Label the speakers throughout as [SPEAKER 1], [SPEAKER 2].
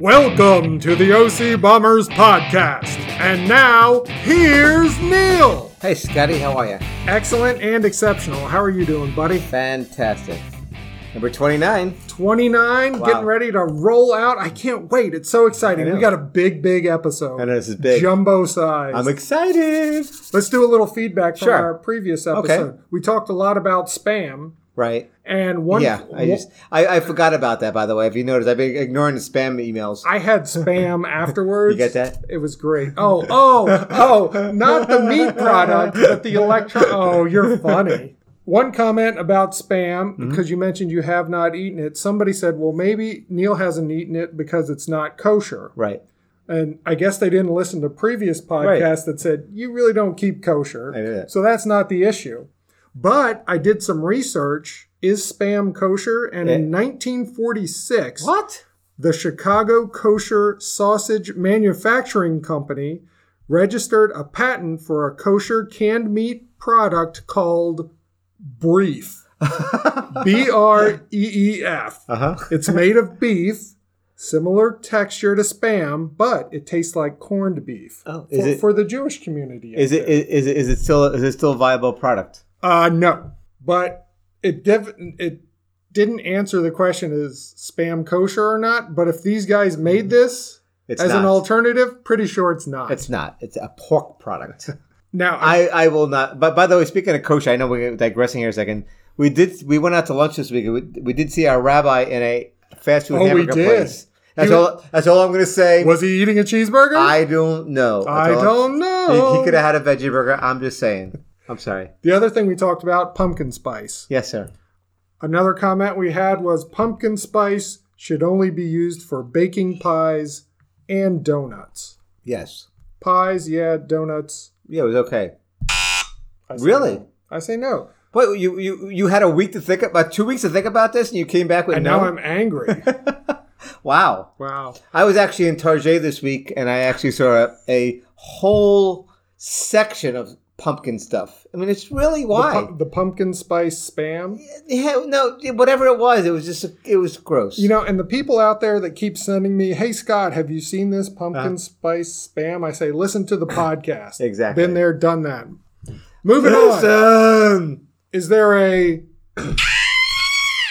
[SPEAKER 1] Welcome to the OC Bombers podcast. And now, here's Neil.
[SPEAKER 2] Hey, Scotty, how are you?
[SPEAKER 1] Excellent and exceptional. How are you doing, buddy?
[SPEAKER 2] Fantastic. Number 29.
[SPEAKER 1] 29,
[SPEAKER 2] Wow.
[SPEAKER 1] getting ready to roll out. I can't wait. It's so exciting.
[SPEAKER 2] know.
[SPEAKER 1] We got a big, big episode.
[SPEAKER 2] I know this is big.
[SPEAKER 1] Jumbo size.
[SPEAKER 2] I'm excited.
[SPEAKER 1] Let's do a little feedback from
[SPEAKER 2] Sure.
[SPEAKER 1] our previous episode. We talked a lot about spam.
[SPEAKER 2] Right.
[SPEAKER 1] And one,
[SPEAKER 2] Yeah, I just I, I forgot about that by the way. If you noticed, I've been ignoring the spam emails.
[SPEAKER 1] I had spam afterwards.
[SPEAKER 2] You get that?
[SPEAKER 1] It was great. Oh, oh, oh, not the meat product, but the electro. Oh, you're funny. One comment about spam,
[SPEAKER 2] Mm-hmm.
[SPEAKER 1] because you mentioned you have not eaten it. Somebody said, well, maybe Neil hasn't eaten it because it's not kosher.
[SPEAKER 2] Right.
[SPEAKER 1] And I guess they didn't listen to previous podcasts that said, you really don't keep kosher.
[SPEAKER 2] I knew that.
[SPEAKER 1] So that's not the issue. But I did some research. Is spam kosher? And in 1946,
[SPEAKER 2] Eh. What?
[SPEAKER 1] the Chicago Kosher Sausage Manufacturing Company registered a patent for a kosher canned meat product called Brief. B R E E F.
[SPEAKER 2] Uh-huh.
[SPEAKER 1] It's made of beef, similar texture to spam, but it tastes like corned beef.
[SPEAKER 2] Oh,
[SPEAKER 1] for,
[SPEAKER 2] is it-
[SPEAKER 1] for the Jewish community. out
[SPEAKER 2] Is it
[SPEAKER 1] there.
[SPEAKER 2] is, is it is it still is it still a viable product?
[SPEAKER 1] Uh, no, but it div- it didn't answer the question: is spam kosher or not? But if these guys
[SPEAKER 2] Mm-hmm.
[SPEAKER 1] made this
[SPEAKER 2] It's
[SPEAKER 1] as an
[SPEAKER 2] not.
[SPEAKER 1] alternative, pretty sure it's not.
[SPEAKER 2] It's not. It's a pork product.
[SPEAKER 1] now, I,
[SPEAKER 2] I I will not. But by the way, speaking of kosher, I know we're digressing here a second. We did we went out to lunch this week. We, we did see our rabbi in a fast food
[SPEAKER 1] Oh, we
[SPEAKER 2] hamburger
[SPEAKER 1] did.
[SPEAKER 2] place. That's
[SPEAKER 1] He was-
[SPEAKER 2] all. That's all I'm going to say.
[SPEAKER 1] was he eating a cheeseburger?
[SPEAKER 2] I don't know. That's
[SPEAKER 1] I
[SPEAKER 2] all
[SPEAKER 1] don't
[SPEAKER 2] I'm-
[SPEAKER 1] know.
[SPEAKER 2] He, he could have had a veggie burger. I'm just saying. I'm sorry.
[SPEAKER 1] The other thing we talked about: pumpkin spice.
[SPEAKER 2] Yes, sir.
[SPEAKER 1] Another comment we had was pumpkin spice should only be used for baking pies and donuts.
[SPEAKER 2] Yes.
[SPEAKER 1] Pies, yeah, donuts.
[SPEAKER 2] Yeah, it was okay.
[SPEAKER 1] I say
[SPEAKER 2] Really?
[SPEAKER 1] no. I say no.
[SPEAKER 2] But you you you had a week to think about two weeks to think about this, and you came back with
[SPEAKER 1] And
[SPEAKER 2] no.
[SPEAKER 1] now I'm angry.
[SPEAKER 2] wow.
[SPEAKER 1] wow.
[SPEAKER 2] I was actually in Target this week, and I actually saw a, a whole section of pumpkin stuff. I mean, it's really why.
[SPEAKER 1] The, pu- the pumpkin spice spam.
[SPEAKER 2] Yeah, no, whatever it was, it was just it was gross.
[SPEAKER 1] You know, and the people out there that keep sending me, "Hey Scott, have you seen this pumpkin
[SPEAKER 2] Uh-huh.
[SPEAKER 1] spice spam?" I say, "Listen to the podcast."
[SPEAKER 2] Exactly.
[SPEAKER 1] Been there, done that. Moving on.
[SPEAKER 2] Listen!
[SPEAKER 1] Is there a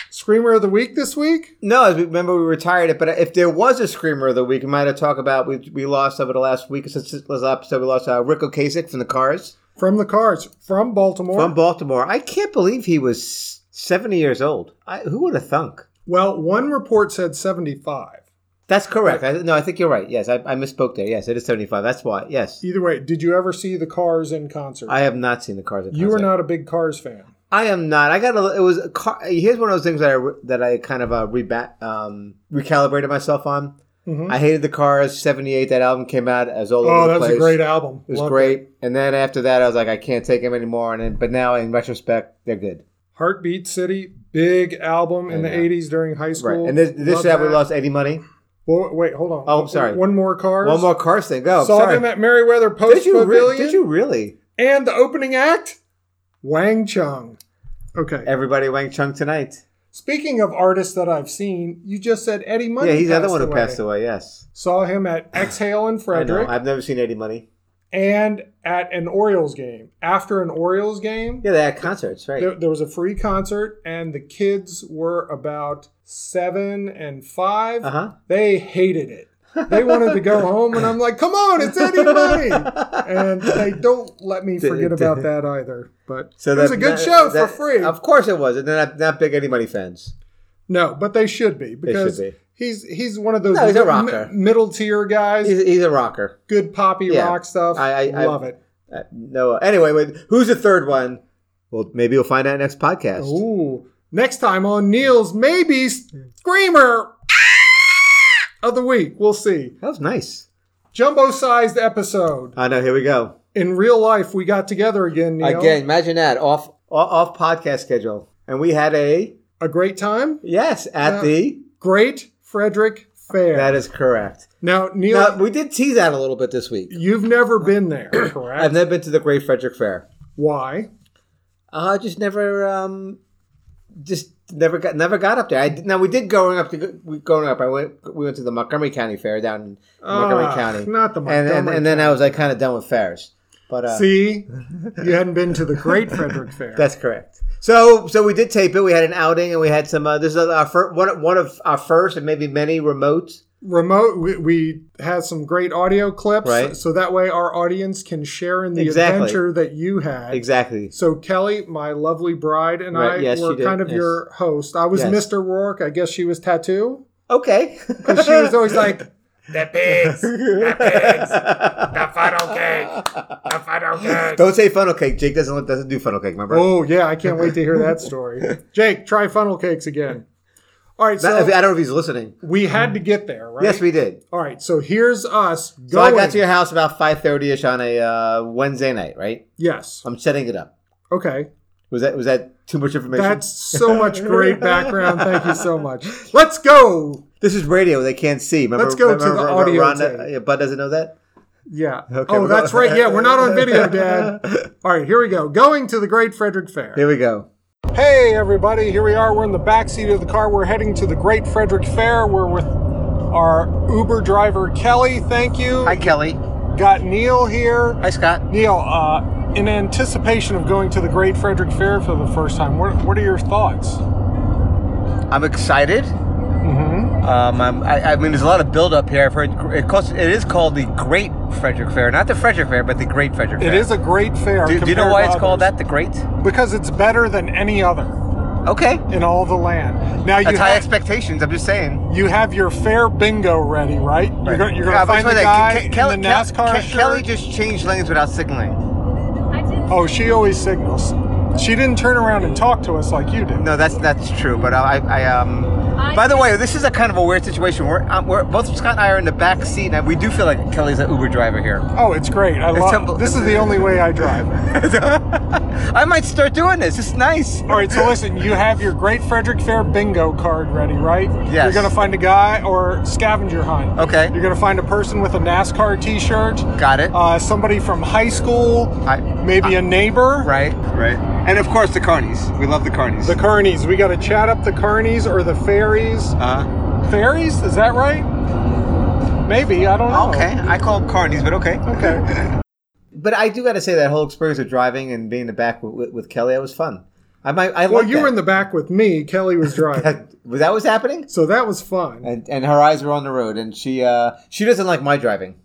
[SPEAKER 1] screamer of the week this week?
[SPEAKER 2] No, as we remember, we retired it. But if there was a screamer of the week, we might have talked about. We, we lost over the last week since this last episode. We lost uh, Rick Ocasek from the Cars
[SPEAKER 1] From the Cards, from Baltimore.
[SPEAKER 2] from Baltimore. I can't believe he was seventy years old. I, who would have thunk?
[SPEAKER 1] well, one report said 75.
[SPEAKER 2] That's correct. I, no, I think you're right. Yes, I, I misspoke there. Yes, it is seventy five. That's why. Yes,
[SPEAKER 1] Either way, did you ever see the Cars in concert?
[SPEAKER 2] I have not seen the Cars. in
[SPEAKER 1] you were
[SPEAKER 2] concert.
[SPEAKER 1] not a big Cars fan.
[SPEAKER 2] I am not. I got a. It was a car. Here's one of those things that I re- that I kind of uh, reba- um, recalibrated myself on.
[SPEAKER 1] Mhm.
[SPEAKER 2] I hated the Cars. Seventy eight. That album came out. as all
[SPEAKER 1] Oh,
[SPEAKER 2] over the
[SPEAKER 1] that was
[SPEAKER 2] place.
[SPEAKER 1] a great album.
[SPEAKER 2] It was
[SPEAKER 1] Loved
[SPEAKER 2] great. And then after that, I was like, I can't take him anymore. And then, but now in retrospect, they're good.
[SPEAKER 1] Heartbeat City, big album in the
[SPEAKER 2] Yeah.
[SPEAKER 1] '80s during high school.
[SPEAKER 2] uh, Right. And this, this
[SPEAKER 1] Love
[SPEAKER 2] year, we lost Eddie Money.
[SPEAKER 1] Well, wait, hold on.
[SPEAKER 2] Oh, sorry.
[SPEAKER 1] One more cars.
[SPEAKER 2] One more Cars thing. Go.
[SPEAKER 1] Saw
[SPEAKER 2] sorry.
[SPEAKER 1] him at Merriweather Post
[SPEAKER 2] Did you, re-
[SPEAKER 1] Pavilion.
[SPEAKER 2] did you really?
[SPEAKER 1] And the opening act, Wang Chung. Okay.
[SPEAKER 2] Everybody Wang Chung tonight.
[SPEAKER 1] Speaking of artists that I've seen, you just said Eddie Money.
[SPEAKER 2] yeah, he's the other
[SPEAKER 1] passed
[SPEAKER 2] one who
[SPEAKER 1] away.
[SPEAKER 2] passed away. Yes.
[SPEAKER 1] Saw him at Exhale in Frederick
[SPEAKER 2] I know. I've never seen Eddie Money.
[SPEAKER 1] and at an Orioles game. After an Orioles game,
[SPEAKER 2] Yeah, they had concerts, right?
[SPEAKER 1] there, there was a free concert, and the kids were about seven and 5
[SPEAKER 2] Uh huh.
[SPEAKER 1] They hated it. They wanted to go home, and I'm like, "Come on, it's Eddie Money!" And they don't let me forget about that either. But it was a good show for free.
[SPEAKER 2] Of course it was. And they're not, not big Eddie Money fans.
[SPEAKER 1] No, but they should be because
[SPEAKER 2] be.
[SPEAKER 1] he's he's one of those
[SPEAKER 2] No, he's a
[SPEAKER 1] mi-
[SPEAKER 2] rocker.
[SPEAKER 1] middle tier guys.
[SPEAKER 2] He's, he's a rocker.
[SPEAKER 1] good poppy
[SPEAKER 2] Yeah.
[SPEAKER 1] rock stuff.
[SPEAKER 2] I- I- I-
[SPEAKER 1] love it.
[SPEAKER 2] Uh, no. Anyway, wait, who's the third one? Well, maybe we'll find out next podcast.
[SPEAKER 1] Ooh, next time on Neil's maybe screamer of the week. We'll see.
[SPEAKER 2] That was nice.
[SPEAKER 1] Jumbo sized episode.
[SPEAKER 2] I know. Here we go.
[SPEAKER 1] In real life, we got together again. Neil.
[SPEAKER 2] Again, imagine that off off off podcast schedule, and we had a
[SPEAKER 1] a great time.
[SPEAKER 2] yes at
[SPEAKER 1] Yeah.
[SPEAKER 2] the.
[SPEAKER 1] Great Frederick Fair.
[SPEAKER 2] That is correct.
[SPEAKER 1] now, Neil,
[SPEAKER 2] Now we did tease that a little bit this week.
[SPEAKER 1] you've never been there,
[SPEAKER 2] I've
[SPEAKER 1] correct?
[SPEAKER 2] never been to the Great Frederick Fair.
[SPEAKER 1] Why?
[SPEAKER 2] I just never um, just Never got never got up there. I did, now we did going up to we going up. I went we went to the Montgomery County Fair down in Montgomery
[SPEAKER 1] Ah,
[SPEAKER 2] County,
[SPEAKER 1] Not the
[SPEAKER 2] and
[SPEAKER 1] Montgomery.
[SPEAKER 2] and, and then I was like kind of done with fairs. But uh,
[SPEAKER 1] See, you hadn't been to the Great Frederick Fair.
[SPEAKER 2] That's correct. So, so we did tape it. We had an outing, and we had some. Uh, this is our fir- one, one of our first, and maybe many remotes.
[SPEAKER 1] Remote, we, we had some great audio clips,
[SPEAKER 2] Right.
[SPEAKER 1] so that way our audience can share in the
[SPEAKER 2] Exactly.
[SPEAKER 1] adventure that you had.
[SPEAKER 2] Exactly.
[SPEAKER 1] So Kelly, my lovely bride, and
[SPEAKER 2] Right,
[SPEAKER 1] I
[SPEAKER 2] yes,
[SPEAKER 1] were
[SPEAKER 2] you did,
[SPEAKER 1] kind of
[SPEAKER 2] yes.
[SPEAKER 1] your host. I was
[SPEAKER 2] Yes.
[SPEAKER 1] Mr. Rourke. I guess she was Tattoo.
[SPEAKER 2] Okay.
[SPEAKER 1] 'Cause she was always like, "The pigs,
[SPEAKER 2] Don't
[SPEAKER 1] funnel cake, the funnel cake."
[SPEAKER 2] say funnel cake. Jake doesn't let- doesn't do funnel cake. Remember?
[SPEAKER 1] Oh yeah, I can't wait to hear that story. Jake, try funnel cakes again. All right,
[SPEAKER 2] That-
[SPEAKER 1] so
[SPEAKER 2] I don't know if he's listening.
[SPEAKER 1] we had to get there, right?
[SPEAKER 2] Yes, we did.
[SPEAKER 1] All right, so here's us going.
[SPEAKER 2] So I got to your house about five thirty ish on a uh, Wednesday night, right?
[SPEAKER 1] Yes.
[SPEAKER 2] I'm setting it up.
[SPEAKER 1] Okay.
[SPEAKER 2] Was that was that too much information?
[SPEAKER 1] That's so much great background. Thank you so much. Let's go.
[SPEAKER 2] this is radio. They can't see. Remember,
[SPEAKER 1] Let's go to
[SPEAKER 2] remember
[SPEAKER 1] the
[SPEAKER 2] Ron-
[SPEAKER 1] audio
[SPEAKER 2] Ron-
[SPEAKER 1] tape.
[SPEAKER 2] yeah, Bud doesn't know that.
[SPEAKER 1] Yeah.
[SPEAKER 2] Okay,
[SPEAKER 1] oh,
[SPEAKER 2] we're
[SPEAKER 1] that's
[SPEAKER 2] going-
[SPEAKER 1] right. Yeah, we're not on video, Dad. All right, here we go. Going to the Great Frederick Fair.
[SPEAKER 2] Here we go.
[SPEAKER 1] Hey, everybody. Here we are. We're in the back seat of the car. We're heading to the Great Frederick Fair. We're with our Uber driver, Kelly. Thank you.
[SPEAKER 2] Hi, Kelly.
[SPEAKER 1] Got Neil here.
[SPEAKER 2] Hi, Scott.
[SPEAKER 1] Neil, uh, in anticipation of going to the Great Frederick Fair for the first time, what, what are your thoughts?
[SPEAKER 2] I'm excited.
[SPEAKER 1] Mm-hmm.
[SPEAKER 2] Um, I'm, I, I mean, there's a lot of build up here. I've heard it, calls, it is called the Great Frederick Fair, not the Frederick Fair, but the Great Frederick Fair.
[SPEAKER 1] It is a great fair.
[SPEAKER 2] Do, do you know
[SPEAKER 1] compared
[SPEAKER 2] why
[SPEAKER 1] to
[SPEAKER 2] it's called
[SPEAKER 1] others.
[SPEAKER 2] that? The Great.
[SPEAKER 1] Because it's better than any other
[SPEAKER 2] Okay.
[SPEAKER 1] in all the land. Now you
[SPEAKER 2] That's high
[SPEAKER 1] have,
[SPEAKER 2] expectations. I'm just saying.
[SPEAKER 1] you have your fair bingo ready, right? You're going you're gonna
[SPEAKER 2] Yeah, but
[SPEAKER 1] find the
[SPEAKER 2] it's
[SPEAKER 1] guy
[SPEAKER 2] like that. Ke- Ke- Kelly-
[SPEAKER 1] in the NASCAR
[SPEAKER 2] Ke-
[SPEAKER 1] shirt.
[SPEAKER 2] Kelly just changed lanes without signaling.
[SPEAKER 1] oh, she always signals. She didn't turn around and talk to us like you did.
[SPEAKER 2] No, that's that's true. But I, I um. By the way, this is a kind of a weird situation. We're, um, we're both Scott and I are in the back seat, and we do feel like Kelly's an Uber driver here.
[SPEAKER 1] Oh, it's great. I
[SPEAKER 2] It's
[SPEAKER 1] love.
[SPEAKER 2] humble-
[SPEAKER 1] This is the only way I drive.
[SPEAKER 2] I might start doing this. It's nice.
[SPEAKER 1] All right, so listen. You have your Great Frederick Fair bingo card ready, right?
[SPEAKER 2] Yes. Oh.
[SPEAKER 1] You're gonna find a guy or scavenger hunt.
[SPEAKER 2] Okay.
[SPEAKER 1] You're gonna find a person with a NASCAR T-shirt.
[SPEAKER 2] Got it.
[SPEAKER 1] Uh, somebody from high school.
[SPEAKER 2] I-
[SPEAKER 1] maybe a neighbor.
[SPEAKER 2] Right. Right. And of course the carnies. We love the carnies.
[SPEAKER 1] The Carnies. We got to chat up the Carnies or the fairies.
[SPEAKER 2] uh,
[SPEAKER 1] Fairies? Is that right? Maybe. I don't know.
[SPEAKER 2] Oh. okay. I call them carnies, but okay.
[SPEAKER 1] Okay.
[SPEAKER 2] But I do got to say that whole experience of driving and being in the back with, with, with Kelly, that was fun. I might. I
[SPEAKER 1] Well,
[SPEAKER 2] like
[SPEAKER 1] you
[SPEAKER 2] that.
[SPEAKER 1] were in the back with me. Kelly was driving.
[SPEAKER 2] that, that was happening.
[SPEAKER 1] so that was fun.
[SPEAKER 2] And, and her eyes were on the road, and she uh, she doesn't like my driving.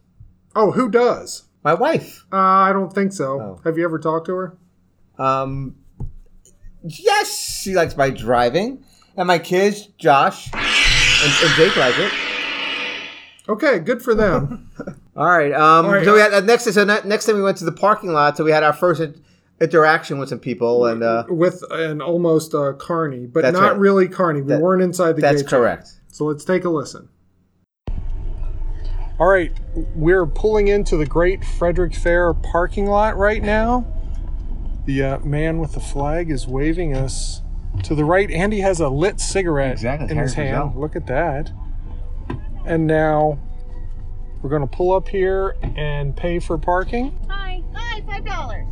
[SPEAKER 1] Oh, who does?
[SPEAKER 2] My wife.
[SPEAKER 1] Uh, I don't think so.
[SPEAKER 2] Oh.
[SPEAKER 1] Have you ever talked to her?
[SPEAKER 2] Um, yes, she likes my driving, and my kids, Josh and, and Jake, like it.
[SPEAKER 1] Okay, good for them.
[SPEAKER 2] All right. Um,
[SPEAKER 1] All right.
[SPEAKER 2] So we had uh, next. So ne- next time we went to the parking lot, so we had our first in- interaction with some people, and uh,
[SPEAKER 1] with an almost uh, Carney, but
[SPEAKER 2] That's
[SPEAKER 1] not
[SPEAKER 2] right.
[SPEAKER 1] really Carney. We
[SPEAKER 2] That-
[SPEAKER 1] weren't inside the
[SPEAKER 2] that's
[SPEAKER 1] gate.
[SPEAKER 2] correct.
[SPEAKER 1] So let's take a listen. All right, we're pulling into the Great Frederick Fair parking lot right now. The uh, man with the flag is waving us to the right. Andy has a lit cigarette
[SPEAKER 2] Exactly,
[SPEAKER 1] in his
[SPEAKER 2] Harry
[SPEAKER 1] hand.
[SPEAKER 2] Brazil.
[SPEAKER 1] Look at that. And now we're going to pull up here and pay for parking.
[SPEAKER 3] Hi. Hi, five dollars.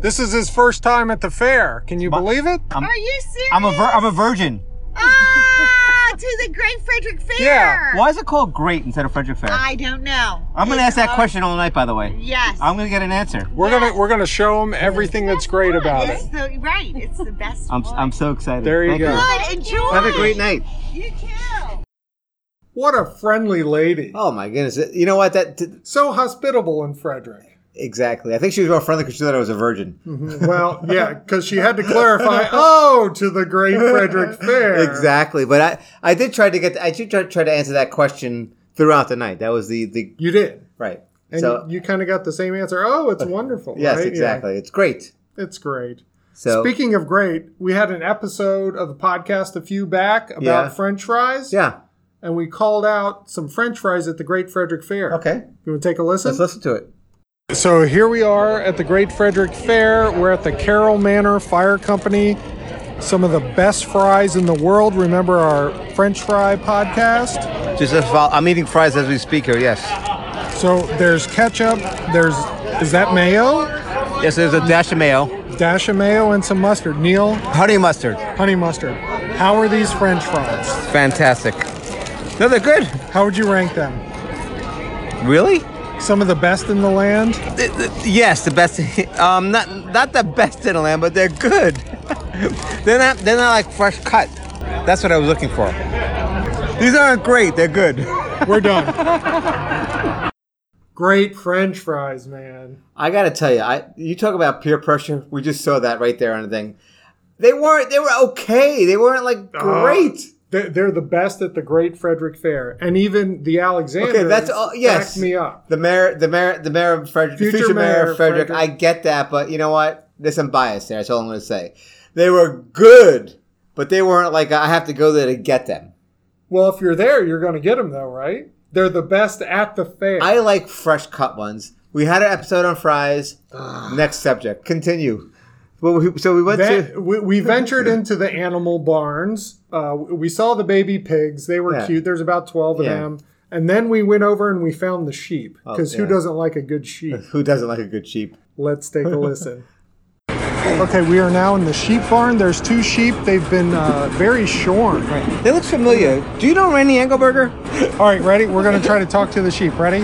[SPEAKER 1] This is his first time at the fair. Can you believe it?
[SPEAKER 3] Are you serious?
[SPEAKER 2] I'm a vir- I'm a virgin.
[SPEAKER 3] Ah, to the Great Frederick Fair.
[SPEAKER 1] Yeah,
[SPEAKER 2] Why is it called Great instead of Frederick Fair?
[SPEAKER 3] I don't know.
[SPEAKER 2] I'm gonna ask that question all night. By the way,
[SPEAKER 3] Yes.
[SPEAKER 2] I'm gonna get an answer.
[SPEAKER 1] We're gonna we're gonna show him everything that's great about it.
[SPEAKER 3] it's the, right. It's the best.
[SPEAKER 2] I'm
[SPEAKER 3] one.
[SPEAKER 2] I'm so excited.
[SPEAKER 1] There you
[SPEAKER 2] Thank
[SPEAKER 1] go.
[SPEAKER 3] Good. Enjoy.
[SPEAKER 2] Have a great night.
[SPEAKER 3] You too.
[SPEAKER 1] What a friendly lady.
[SPEAKER 2] Oh my goodness! You know what? That did-
[SPEAKER 1] So hospitable in Frederick.
[SPEAKER 2] exactly. I think she was more friendly because she thought I was a virgin.
[SPEAKER 1] Well, yeah, because she had to clarify, oh, to the Great Frederick Fair.
[SPEAKER 2] Exactly. But I I did try to get I did try, try to answer that question throughout the night. That was the the
[SPEAKER 1] You did.
[SPEAKER 2] right.
[SPEAKER 1] And
[SPEAKER 2] so
[SPEAKER 1] you kind of got the same answer. Oh, it's wonderful.
[SPEAKER 2] yes,
[SPEAKER 1] right? Yeah,
[SPEAKER 2] exactly. It's great.
[SPEAKER 1] it's great.
[SPEAKER 2] So
[SPEAKER 1] Speaking of great, we had an episode of the podcast a few back about
[SPEAKER 2] Yeah.
[SPEAKER 1] French fries.
[SPEAKER 2] yeah.
[SPEAKER 1] And we called out some French fries at the Great Frederick Fair.
[SPEAKER 2] Okay.
[SPEAKER 1] You want to take a listen?
[SPEAKER 2] Let's listen to it.
[SPEAKER 1] So here we are at the Great Frederick Fair. We're at the Carroll Manor Fire Company. Some of the best fries in the world. Remember our French fry podcast?
[SPEAKER 2] Just as fol- I'm eating fries as we speak here. Yes.
[SPEAKER 1] So there's ketchup. There's is that mayo?
[SPEAKER 2] Yes. There's a dash of mayo,
[SPEAKER 1] Dash of mayo and some mustard. Neil,
[SPEAKER 2] honey mustard.
[SPEAKER 1] honey mustard. How are these French fries?
[SPEAKER 2] Fantastic. No, they're good.
[SPEAKER 1] How would you rank them?
[SPEAKER 2] Really?
[SPEAKER 1] Some of the best in the land?
[SPEAKER 2] Th- th- Yes, the best. Um, not not the best in the land, but they're good. they're not they're not like fresh cut. That's what I was looking for. These aren't great. They're good.
[SPEAKER 1] We're done. Great French fries, man.
[SPEAKER 2] I gotta tell you, I you talk about peer pressure. We just saw that right there on the thing. They weren't. They were okay. They weren't like great.
[SPEAKER 1] They're, they're the best at the Great Frederick Fair, and even the Alexander.
[SPEAKER 2] okay, that's all. Yes,
[SPEAKER 1] me up.
[SPEAKER 2] The mayor, the mayor, the mayor of Frederick, future,
[SPEAKER 1] Future
[SPEAKER 2] mayor,
[SPEAKER 1] mayor
[SPEAKER 2] of Frederick,
[SPEAKER 1] Frederick.
[SPEAKER 2] I get that, but you know what? There's some bias there. That's all I'm going to say. They were good, but they weren't like I have to go there to get them.
[SPEAKER 1] Well, if you're there, you're going to get them though, right? They're the best at the fair.
[SPEAKER 2] I like fresh cut ones. We had an episode on fries. Next subject. Continue. Well, we- so we went
[SPEAKER 1] That-
[SPEAKER 2] to
[SPEAKER 1] we, we ventured into the animal barns. Uh, we saw the baby pigs. They were
[SPEAKER 2] Yeah.
[SPEAKER 1] cute. There's about 12 of
[SPEAKER 2] Yeah. Oh,
[SPEAKER 1] them. And then we went over and we found the sheep because
[SPEAKER 2] yeah.
[SPEAKER 1] who doesn't like a good sheep?
[SPEAKER 2] who doesn't like a good sheep?
[SPEAKER 1] Let's take a listen. Okay, we are now in the sheep barn. There's two sheep. They've been uh, very shorn.
[SPEAKER 2] They look familiar. Do you know Randy Engelberger?
[SPEAKER 1] All right, ready? We're going to try to talk to the sheep. Ready?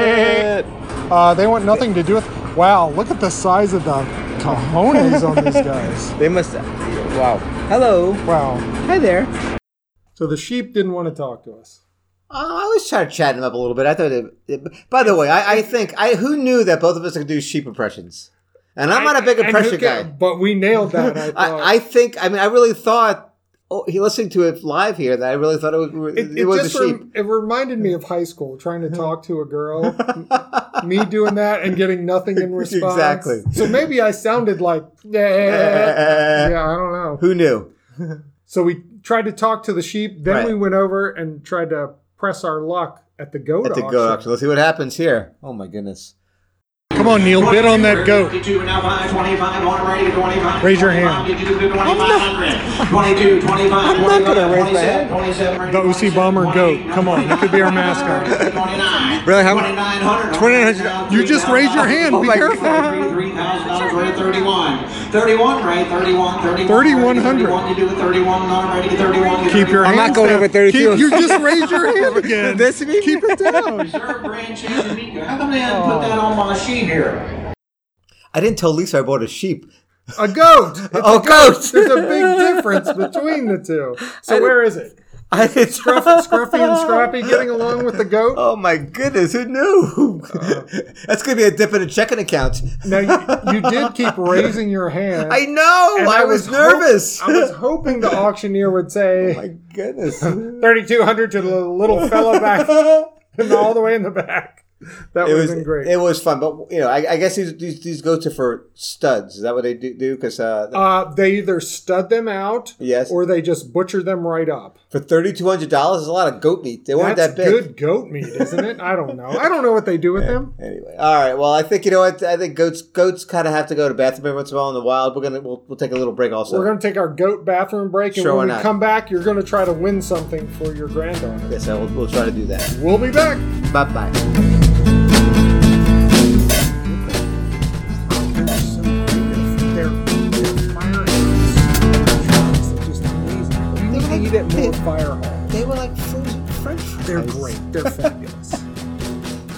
[SPEAKER 1] Uh, they want nothing to do with. Wow, look at the size of the cojones on these guys.
[SPEAKER 2] They must. Wow. Hello.
[SPEAKER 1] Wow.
[SPEAKER 2] Hi there.
[SPEAKER 1] So the sheep didn't want to talk to us.
[SPEAKER 2] Oh, I was trying to chat him up a little bit. I thought. It, it- by the way, I, I think I who knew that both of us could do sheep impressions, and I'm not a big
[SPEAKER 1] And who
[SPEAKER 2] impression
[SPEAKER 1] ca-
[SPEAKER 2] guy.
[SPEAKER 1] But we nailed that. I thought.
[SPEAKER 2] I, I think. I mean, I really thought. Oh, he listening to it live here. That I really thought it, was it,
[SPEAKER 1] it, it
[SPEAKER 2] was a
[SPEAKER 1] just
[SPEAKER 2] sheep.
[SPEAKER 1] rem- it reminded me of high school, trying to talk to a girl, m- me doing that and getting nothing in response.
[SPEAKER 2] Exactly.
[SPEAKER 1] So maybe I sounded like, yeah, yeah, I don't know.
[SPEAKER 2] who knew?
[SPEAKER 1] So we tried to talk to the sheep. Then
[SPEAKER 2] Right.
[SPEAKER 1] we went over and tried to press our luck at the goat
[SPEAKER 2] At the
[SPEAKER 1] auction.
[SPEAKER 2] goat auction. Let's see what happens here. Oh my goodness.
[SPEAKER 1] Come on, Neil, bid on that goat.
[SPEAKER 4] 22, now five, 25, on radio, 25,
[SPEAKER 1] Raise your
[SPEAKER 4] 25,
[SPEAKER 1] hand.
[SPEAKER 4] 22, 25, 22, 25, I'm not
[SPEAKER 2] gonna raise my hand.
[SPEAKER 1] The OC Bomber goat. Come on, that could be our mascot.
[SPEAKER 2] Really? How-
[SPEAKER 4] 2900.
[SPEAKER 1] You just raised your hand. Be careful.
[SPEAKER 4] 31, 31, right? 31, 31.
[SPEAKER 1] 3100.
[SPEAKER 4] 31, You do a 31, not ready, 31. you
[SPEAKER 1] Keep your
[SPEAKER 2] I'm
[SPEAKER 1] hands
[SPEAKER 2] not going
[SPEAKER 1] down.
[SPEAKER 2] over 32.
[SPEAKER 1] Keep, you just raised your hand again.
[SPEAKER 2] This me?
[SPEAKER 1] Keep it down.
[SPEAKER 4] Reserve branch is unique. How come they didn't put that on my sheet here?
[SPEAKER 2] I didn't tell Lisa I bought a sheep.
[SPEAKER 1] A goat. It's a
[SPEAKER 2] oh, goat!
[SPEAKER 1] There's a big difference between the two. So where is it?
[SPEAKER 2] I didn't
[SPEAKER 1] Scruff, Scruffy and Scrappy getting along with the goat.
[SPEAKER 2] Oh my goodness! Who knew?
[SPEAKER 1] Uh-huh.
[SPEAKER 2] That's gonna be a dip in a checking account.
[SPEAKER 1] Now you, you did keep raising your hand.
[SPEAKER 2] I know.
[SPEAKER 1] and
[SPEAKER 2] I, was,
[SPEAKER 1] hop-
[SPEAKER 2] nervous. Oh
[SPEAKER 1] I was hoping the auctioneer would say
[SPEAKER 2] my goodness.
[SPEAKER 1] 3,200 to the little fella back
[SPEAKER 2] it
[SPEAKER 1] and all the way in the back. That would have
[SPEAKER 2] was
[SPEAKER 1] been great.
[SPEAKER 2] It was fun, but you know, I, I guess these, these these go to for studs. Is that what they do? do? Because uh,
[SPEAKER 1] uh, they either stud them out
[SPEAKER 2] Yes.
[SPEAKER 1] or they just butcher them right up.
[SPEAKER 2] for thirty two hundred dollars is a lot of goat meat. They weren't
[SPEAKER 1] That's
[SPEAKER 2] that big.
[SPEAKER 1] good goat meat, isn't it? I don't know. I don't know what they do with them.
[SPEAKER 2] Anyway, all right. Well, I think you know what. I think goats goats kind of have to go to bathroom every once in a while in the wild. We're gonna we'll, we'll take a little break also.
[SPEAKER 1] We're going to take our goat bathroom break, and
[SPEAKER 2] Sure,
[SPEAKER 1] when
[SPEAKER 2] why
[SPEAKER 1] we
[SPEAKER 2] not?
[SPEAKER 1] come back, you're going to try to win something for your granddaughter.
[SPEAKER 2] yes, I will, we'll try to do that.
[SPEAKER 1] We'll be back.
[SPEAKER 2] Bye bye.
[SPEAKER 1] You get more fire hall.
[SPEAKER 2] They were like frozen French fries.
[SPEAKER 1] They're great. They're fabulous.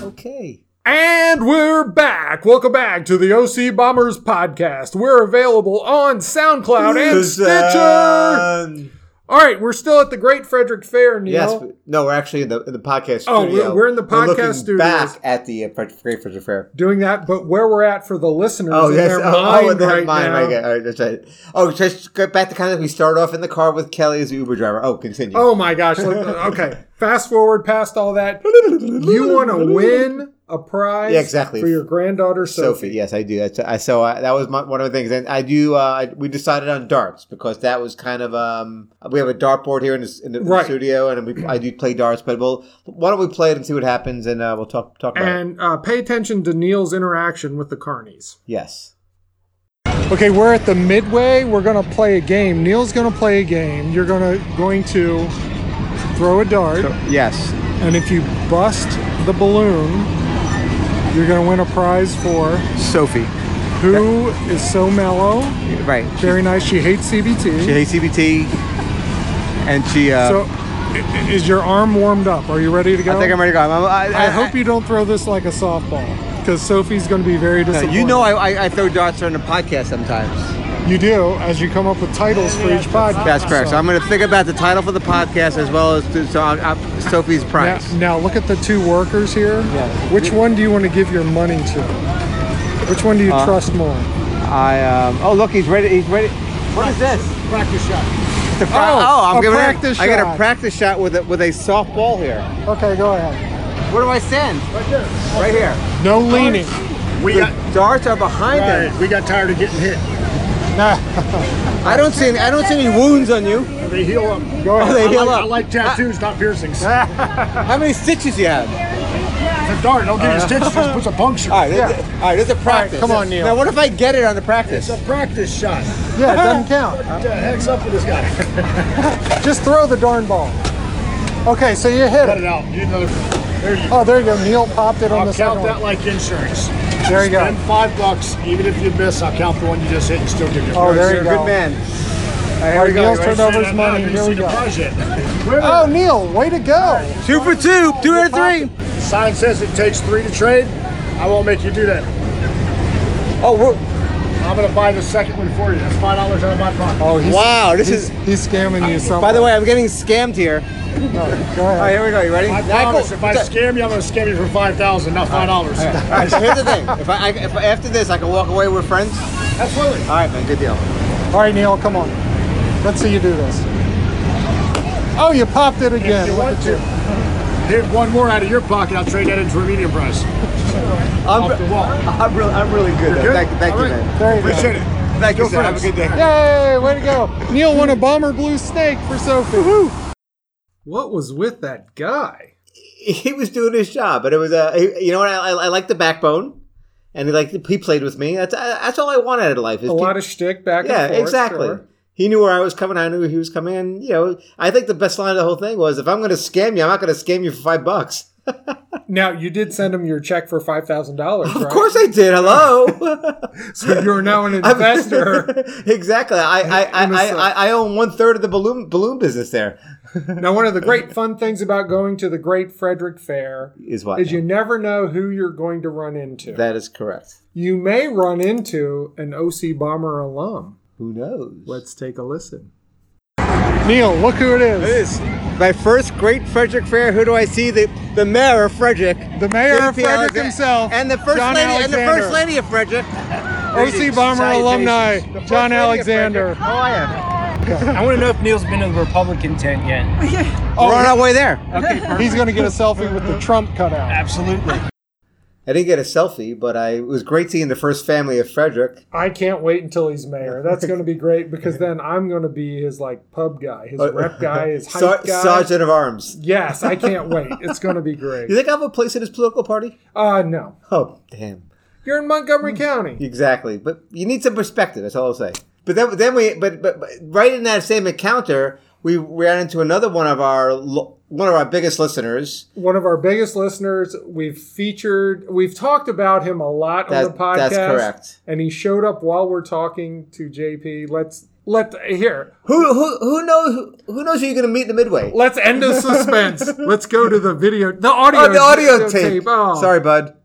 [SPEAKER 2] Okay.
[SPEAKER 1] And we're back. Welcome back to the OC Bombers podcast. We're available on SoundCloud and Stitcher. All right, we're still at the Great Frederick Fair, Neil.
[SPEAKER 2] Yes. but- No, we're actually in the, in the podcast
[SPEAKER 1] Oh,
[SPEAKER 2] studio.
[SPEAKER 1] we're- we're in the
[SPEAKER 2] We're looking
[SPEAKER 1] podcast studios.
[SPEAKER 2] back at the uh, French- Great French Fair.
[SPEAKER 1] doing that, but where we're at for the listeners
[SPEAKER 2] Oh,
[SPEAKER 1] in
[SPEAKER 2] yes.
[SPEAKER 1] their
[SPEAKER 2] oh,
[SPEAKER 1] mind
[SPEAKER 2] oh, in their
[SPEAKER 1] right now.
[SPEAKER 2] mind. Right, yeah, all right, that's right. Oh, just get back to kind of we start off in the car with Kelly as the Uber driver. Oh, continue.
[SPEAKER 1] Oh my gosh. Look, okay. Fast forward past all that. You want to win a prize
[SPEAKER 2] Yeah, exactly.
[SPEAKER 1] for your granddaughter
[SPEAKER 2] Sophie.
[SPEAKER 1] Sophie.
[SPEAKER 2] Yes, I do. That's, I so I, that was my, one of the things, and I do. Uh, I- we decided on darts because that was kind of um. We have a dartboard here in, this, in the in the
[SPEAKER 1] Right.
[SPEAKER 2] studio, and we, I do play darts. But we'll why don't we play it and see what happens, and uh, we'll talk talk about it.
[SPEAKER 1] And uh, pay attention to Neil's interaction with the carnies.
[SPEAKER 2] Yes.
[SPEAKER 1] Okay, we're at the midway. We're gonna play a game. Neil's gonna play a game. You're gonna going to throw a dart,
[SPEAKER 2] Yes.
[SPEAKER 1] and if you bust the balloon, You're going to win a prize for
[SPEAKER 2] Sophie.
[SPEAKER 1] who is so mellow,
[SPEAKER 2] Right.
[SPEAKER 1] very nice. She hates CBT.
[SPEAKER 2] She hates CBT. And she, uh,
[SPEAKER 1] so, i- i- is your arm warmed up? Are you ready to go?
[SPEAKER 2] I think I'm ready to go. I'm, I'm- I,
[SPEAKER 1] I hope you don't throw this like a softball because Sophie's going to be very
[SPEAKER 2] No,
[SPEAKER 1] disappointed.
[SPEAKER 2] you know I, I, I throw darts on the podcast sometimes.
[SPEAKER 1] you do as you come up with titles for each podcast.
[SPEAKER 2] Oh, That's correct. So I'm going to think about the title for the podcast as well as to, so I, I, Sophie's
[SPEAKER 1] Now,
[SPEAKER 2] prize.
[SPEAKER 1] now look at the two workers here.
[SPEAKER 2] Yeah.
[SPEAKER 1] Which one do you want to give your money to? Which one do you
[SPEAKER 2] Uh,
[SPEAKER 1] trust more?
[SPEAKER 2] I um, oh look, he's ready. He's ready. What is this?
[SPEAKER 1] Practice shot.
[SPEAKER 2] The fr-
[SPEAKER 1] Oh, a
[SPEAKER 2] it-
[SPEAKER 1] practice
[SPEAKER 2] I got a
[SPEAKER 1] shot.
[SPEAKER 2] practice shot with a, with a softball here.
[SPEAKER 1] Okay, go ahead.
[SPEAKER 2] Where do I stand? Right here. Right here.
[SPEAKER 1] No leaning.
[SPEAKER 5] We
[SPEAKER 2] The
[SPEAKER 5] got
[SPEAKER 2] darts are behind him.
[SPEAKER 5] right, we got tired of getting hit.
[SPEAKER 1] Nah.
[SPEAKER 2] I don't see any. I don't see any wounds on you.
[SPEAKER 5] They heal up.
[SPEAKER 1] Go
[SPEAKER 2] Oh,
[SPEAKER 1] ahead.
[SPEAKER 2] they
[SPEAKER 5] I
[SPEAKER 2] heal
[SPEAKER 5] like,
[SPEAKER 2] up.
[SPEAKER 5] I like tattoos, not piercings. It's
[SPEAKER 2] How many stitches you have? Uh,
[SPEAKER 5] a dart. Don't get a stitch. Just puts a puncture.
[SPEAKER 2] All right. this- All right. This is a practice.
[SPEAKER 1] come on, Neil.
[SPEAKER 2] Now what if I get it on the practice?
[SPEAKER 5] It's a practice shot.
[SPEAKER 1] Yeah, it doesn't count.
[SPEAKER 5] What the heck's up with this guy?
[SPEAKER 1] Just throw the darn ball. Okay, so you hit
[SPEAKER 5] Cut it
[SPEAKER 1] it.
[SPEAKER 5] out. You know, there you go.
[SPEAKER 1] Oh, there you go. Neil popped it on
[SPEAKER 5] I'll
[SPEAKER 1] the second
[SPEAKER 5] count that
[SPEAKER 1] one.
[SPEAKER 5] like insurance.
[SPEAKER 1] There you go.
[SPEAKER 5] Spend five bucks, even if you miss, I'll count the one you just hit and still give you.
[SPEAKER 1] Oh, there
[SPEAKER 2] You're
[SPEAKER 1] you
[SPEAKER 2] a
[SPEAKER 1] go.
[SPEAKER 2] good man.
[SPEAKER 1] All right, Neil's turned over his
[SPEAKER 5] Now, I
[SPEAKER 1] money.
[SPEAKER 5] didn't
[SPEAKER 1] Here
[SPEAKER 5] see
[SPEAKER 1] we
[SPEAKER 5] the
[SPEAKER 1] go.
[SPEAKER 5] prize yet.
[SPEAKER 1] Oh, Neil, way to go.
[SPEAKER 2] Two for two. Two out of three.
[SPEAKER 5] Sign says it takes three to trade. I won't make you do that.
[SPEAKER 2] Oh. We're,
[SPEAKER 5] I'm gonna buy the second one for you. That's five dollars out of my pocket.
[SPEAKER 1] Oh, he's,
[SPEAKER 2] Wow, this
[SPEAKER 1] he's-
[SPEAKER 2] is-
[SPEAKER 1] he's scamming you. So
[SPEAKER 2] By the way, I'm getting scammed here.
[SPEAKER 1] go
[SPEAKER 2] All right,
[SPEAKER 1] ahead.
[SPEAKER 2] here we go. You ready?
[SPEAKER 5] I
[SPEAKER 2] Now go-
[SPEAKER 5] promise, if I scam you, I'm gonna scam you for five thousand, not five dollars.
[SPEAKER 2] All right, so here's the thing. If I, I if after this I can walk away with friends. All
[SPEAKER 5] Absolutely.
[SPEAKER 2] right, man. Good deal.
[SPEAKER 1] All right, Neil, come on. Let's see you do this. Oh, you popped it again.
[SPEAKER 5] you
[SPEAKER 1] Look
[SPEAKER 5] want
[SPEAKER 1] at
[SPEAKER 5] to. Here's one more out of your pocket. I'll trade that into a medium price.
[SPEAKER 2] I'm,
[SPEAKER 5] Off the wall.
[SPEAKER 2] I'm really I'm really good. though.
[SPEAKER 5] Good?
[SPEAKER 2] Thank, thank
[SPEAKER 5] All
[SPEAKER 2] you,
[SPEAKER 5] right.
[SPEAKER 2] man.
[SPEAKER 1] There you go.
[SPEAKER 5] Appreciate it.
[SPEAKER 2] Thank you,
[SPEAKER 5] Go
[SPEAKER 2] sir. Have a
[SPEAKER 5] friends.
[SPEAKER 2] good day.
[SPEAKER 1] Yay, way to go. Neil won a bomber blue steak for Sophie. What was with that guy?
[SPEAKER 2] He was doing his job, but it was uh, he- you know what? I, I, I like the backbone, and he like he played with me. That's uh, that's all I want out of life. Is
[SPEAKER 1] A lot of shtick back
[SPEAKER 2] yeah,
[SPEAKER 1] and forth.
[SPEAKER 2] exactly.
[SPEAKER 1] sure.
[SPEAKER 2] He knew where I was coming. I knew he was coming. And, you know, I think the best line of the whole thing was, "If I'm going to scam you, I'm not going to scam you for five bucks."
[SPEAKER 1] Now you did send him your check for five thousand dollars.
[SPEAKER 2] Of course, I did. Hello.
[SPEAKER 1] so you're now an
[SPEAKER 2] I'm-
[SPEAKER 1] investor.
[SPEAKER 2] exactly. I I, I,
[SPEAKER 1] In the
[SPEAKER 2] I,
[SPEAKER 1] sun.
[SPEAKER 2] I I own one third of the balloon balloon business there.
[SPEAKER 1] now, one of the great fun things about going to the Great Frederick Fair
[SPEAKER 2] Is what?
[SPEAKER 1] is you never know who you're going to run into.
[SPEAKER 2] that is correct.
[SPEAKER 1] you may run into an OC Bomber alum.
[SPEAKER 2] Who knows?
[SPEAKER 1] Let's take a listen. Neil, look who it is.
[SPEAKER 2] my first great Frederick Fair. Who do I see? The the mayor of Frederick.
[SPEAKER 1] The mayor of
[SPEAKER 2] JP
[SPEAKER 1] Frederick
[SPEAKER 2] Alexander.
[SPEAKER 1] himself.
[SPEAKER 2] And the first
[SPEAKER 1] John
[SPEAKER 2] lady and the
[SPEAKER 1] Alexander.
[SPEAKER 2] first lady of Frederick.
[SPEAKER 1] OC Bomber
[SPEAKER 2] Salutations.
[SPEAKER 1] alumni,
[SPEAKER 2] The first
[SPEAKER 1] John
[SPEAKER 2] lady of
[SPEAKER 1] Alexander.
[SPEAKER 2] Frederick. How are ya?
[SPEAKER 6] I want to know if Neil's been to the Republican tent yet.
[SPEAKER 1] Oh,
[SPEAKER 2] We're on our way there.
[SPEAKER 1] He's going to get a selfie with the Trump cutout.
[SPEAKER 6] Absolutely.
[SPEAKER 2] I didn't get a selfie, but I it was great seeing the first family of Frederick.
[SPEAKER 1] I can't wait until he's mayor. That's going to be great because then I'm going to be his like pub guy, his rep guy, his hype
[SPEAKER 2] Ser-
[SPEAKER 1] guy.
[SPEAKER 2] Sergeant of Arms.
[SPEAKER 1] Yes, I can't wait. It's going to be great.
[SPEAKER 2] You think I have a place in his political party?
[SPEAKER 1] Uh no.
[SPEAKER 2] Oh, damn.
[SPEAKER 1] You're in
[SPEAKER 2] Hmm.
[SPEAKER 1] Montgomery County.
[SPEAKER 2] Exactly, but you need some perspective. That's all I'll say. But then, then we, but, but, but right in that same encounter, we ran into another one of our lo- one of our biggest listeners.
[SPEAKER 1] One of our biggest listeners. We've featured, we've talked about him a lot
[SPEAKER 2] That-
[SPEAKER 1] on the podcast.
[SPEAKER 2] that's correct.
[SPEAKER 1] And he showed up while we're talking to JP. Let's let here.
[SPEAKER 2] Who who who knows who knows who you're going to meet in the midway?
[SPEAKER 1] Let's end the suspense. Let's go to the video, the audio,
[SPEAKER 2] Oh, the audio tape.
[SPEAKER 1] Oh.
[SPEAKER 2] Sorry, bud.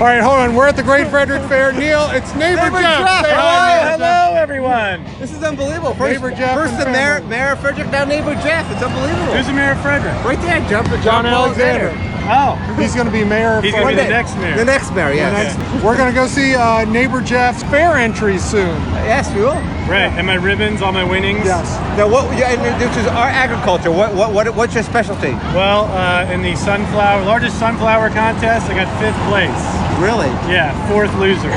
[SPEAKER 1] All right, hold on. We're at the Great Frederick Fair. Neil, it's neighbor,
[SPEAKER 2] Neighbor
[SPEAKER 1] Jeff.
[SPEAKER 2] Jeff.
[SPEAKER 1] Say
[SPEAKER 2] Hi,
[SPEAKER 1] hi, Neighbor Jeff.
[SPEAKER 6] Hello, everyone.
[SPEAKER 2] This is unbelievable. First,
[SPEAKER 1] Neighbor Jeff
[SPEAKER 2] first
[SPEAKER 1] and
[SPEAKER 2] the mayor,
[SPEAKER 1] family.
[SPEAKER 2] mayor of Frederick, now neighbor Jeff. It's unbelievable.
[SPEAKER 6] Who's the mayor of Frederick?
[SPEAKER 2] right there, jump, jump
[SPEAKER 1] John
[SPEAKER 2] ball
[SPEAKER 1] Alexander.
[SPEAKER 6] Oh,
[SPEAKER 1] He's going to be mayor. Of
[SPEAKER 6] he's
[SPEAKER 1] Frederick.
[SPEAKER 2] day.
[SPEAKER 6] going to be the next mayor.
[SPEAKER 2] there. The next mayor, yes,
[SPEAKER 1] We're going to go see uh, neighbor Jeff's fair entry soon.
[SPEAKER 2] yes, we will.
[SPEAKER 6] right, and my ribbons, all my
[SPEAKER 1] Oh.
[SPEAKER 6] winnings.
[SPEAKER 1] Yes.
[SPEAKER 2] Now, what? yeah, And this is our agriculture. What? What? what what's your specialty?
[SPEAKER 6] Well, uh, in the sunflower, largest sunflower contest, I got fifth place.
[SPEAKER 2] Really?
[SPEAKER 6] Yeah, fourth loser.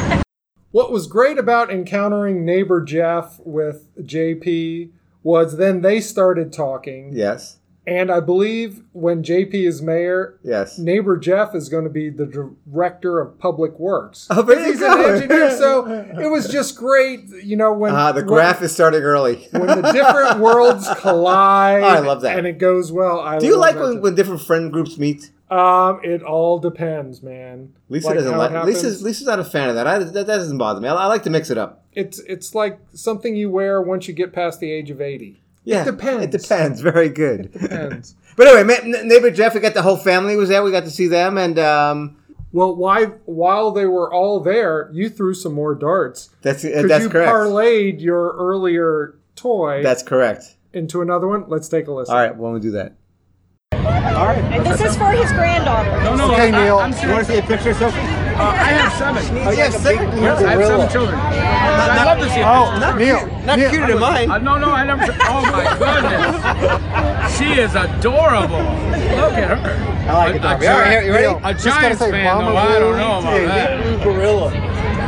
[SPEAKER 1] What was great about encountering neighbor Jeff with JP was then they started talking.
[SPEAKER 2] Yes.
[SPEAKER 1] And I believe when JP is mayor,
[SPEAKER 2] Yes.
[SPEAKER 1] neighbor Jeff is going to be the director of public works.
[SPEAKER 2] Oh, there you
[SPEAKER 1] he's
[SPEAKER 2] go.
[SPEAKER 1] an engineer, so it was just great. You know when
[SPEAKER 2] Ah, the
[SPEAKER 1] when-
[SPEAKER 2] graph is starting early.
[SPEAKER 1] when the different worlds collide.
[SPEAKER 2] Oh, I love that.
[SPEAKER 1] and it goes well. I
[SPEAKER 2] Do you
[SPEAKER 1] love
[SPEAKER 2] like
[SPEAKER 1] that
[SPEAKER 2] when,
[SPEAKER 1] too.
[SPEAKER 2] when different friend groups meet?
[SPEAKER 1] Um, it all depends, man.
[SPEAKER 2] Lisa
[SPEAKER 1] Like
[SPEAKER 2] doesn't
[SPEAKER 1] how it
[SPEAKER 2] like. Lisa's
[SPEAKER 1] happens.
[SPEAKER 2] Lisa's not a fan of that. I, that, that doesn't bother me. I, I like to mix it up.
[SPEAKER 1] It's it's like something you wear once you get past the age of eighty.
[SPEAKER 2] Yeah,
[SPEAKER 1] depends.
[SPEAKER 2] It depends. Very good.
[SPEAKER 1] Depends.
[SPEAKER 2] But anyway, ma- n- neighbor Jeff, we got the whole family was there. We got to see them, and um,
[SPEAKER 1] well, why while they were all there, you threw some more darts.
[SPEAKER 2] that's uh,
[SPEAKER 1] Because
[SPEAKER 2] that's
[SPEAKER 1] you
[SPEAKER 2] correct.
[SPEAKER 1] parlayed your earlier toy
[SPEAKER 2] That's correct.
[SPEAKER 1] into another one. Let's take a listen.
[SPEAKER 2] All right, why don't we do that?
[SPEAKER 7] This is for his granddaughter.
[SPEAKER 6] No, no,
[SPEAKER 2] Okay,
[SPEAKER 6] I,
[SPEAKER 2] Neil.
[SPEAKER 6] I'm
[SPEAKER 2] You want
[SPEAKER 6] serious.
[SPEAKER 2] to see a picture of Sophie?
[SPEAKER 6] I have seven.
[SPEAKER 2] Oh, yeah, seven.
[SPEAKER 6] I have seven children. I'd love to see them.
[SPEAKER 2] Oh, not Neil. Not cuter than mine.
[SPEAKER 6] Uh, no, no, I never. Oh my goodness, she is adorable. Look at her.
[SPEAKER 2] I like it.
[SPEAKER 6] a, a,
[SPEAKER 2] All right, here,
[SPEAKER 6] giant,
[SPEAKER 2] you ready?
[SPEAKER 6] a
[SPEAKER 2] Just gotta
[SPEAKER 6] Giants
[SPEAKER 2] say,
[SPEAKER 6] fan, though.
[SPEAKER 2] Mama
[SPEAKER 6] I don't
[SPEAKER 2] Wu,
[SPEAKER 6] know about
[SPEAKER 2] Baby
[SPEAKER 6] that.
[SPEAKER 2] Gorilla.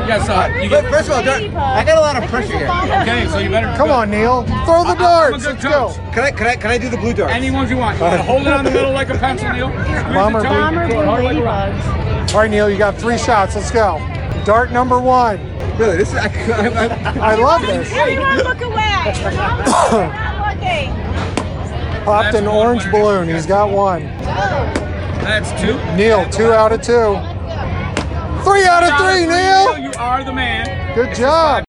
[SPEAKER 6] Yes, uh, you
[SPEAKER 2] But
[SPEAKER 6] get,
[SPEAKER 2] first of all, don't- I got a lot of pressure here.
[SPEAKER 6] okay, so you better.
[SPEAKER 1] on, Neil. Throw the
[SPEAKER 6] I'm a good coach.
[SPEAKER 2] Can I, can I, can I do the blue dart?
[SPEAKER 6] Any ones you want. You wanna hold it on the middle like a pencil, Neil. Squeeze the
[SPEAKER 1] Bomber
[SPEAKER 6] tongue,
[SPEAKER 1] blue.
[SPEAKER 6] throw it hard like a rock.
[SPEAKER 1] All right, Neil, you got three shots. Let's go. Dart number one.
[SPEAKER 2] Really, this is. I, I,
[SPEAKER 1] I love
[SPEAKER 3] Everyone look away. We're not looking.
[SPEAKER 1] Popped
[SPEAKER 6] an orange balloon.
[SPEAKER 1] He's got one.
[SPEAKER 6] That's two.
[SPEAKER 1] Neil, two out of two. Three out of three, Neil.
[SPEAKER 6] You are the man.
[SPEAKER 1] Good job.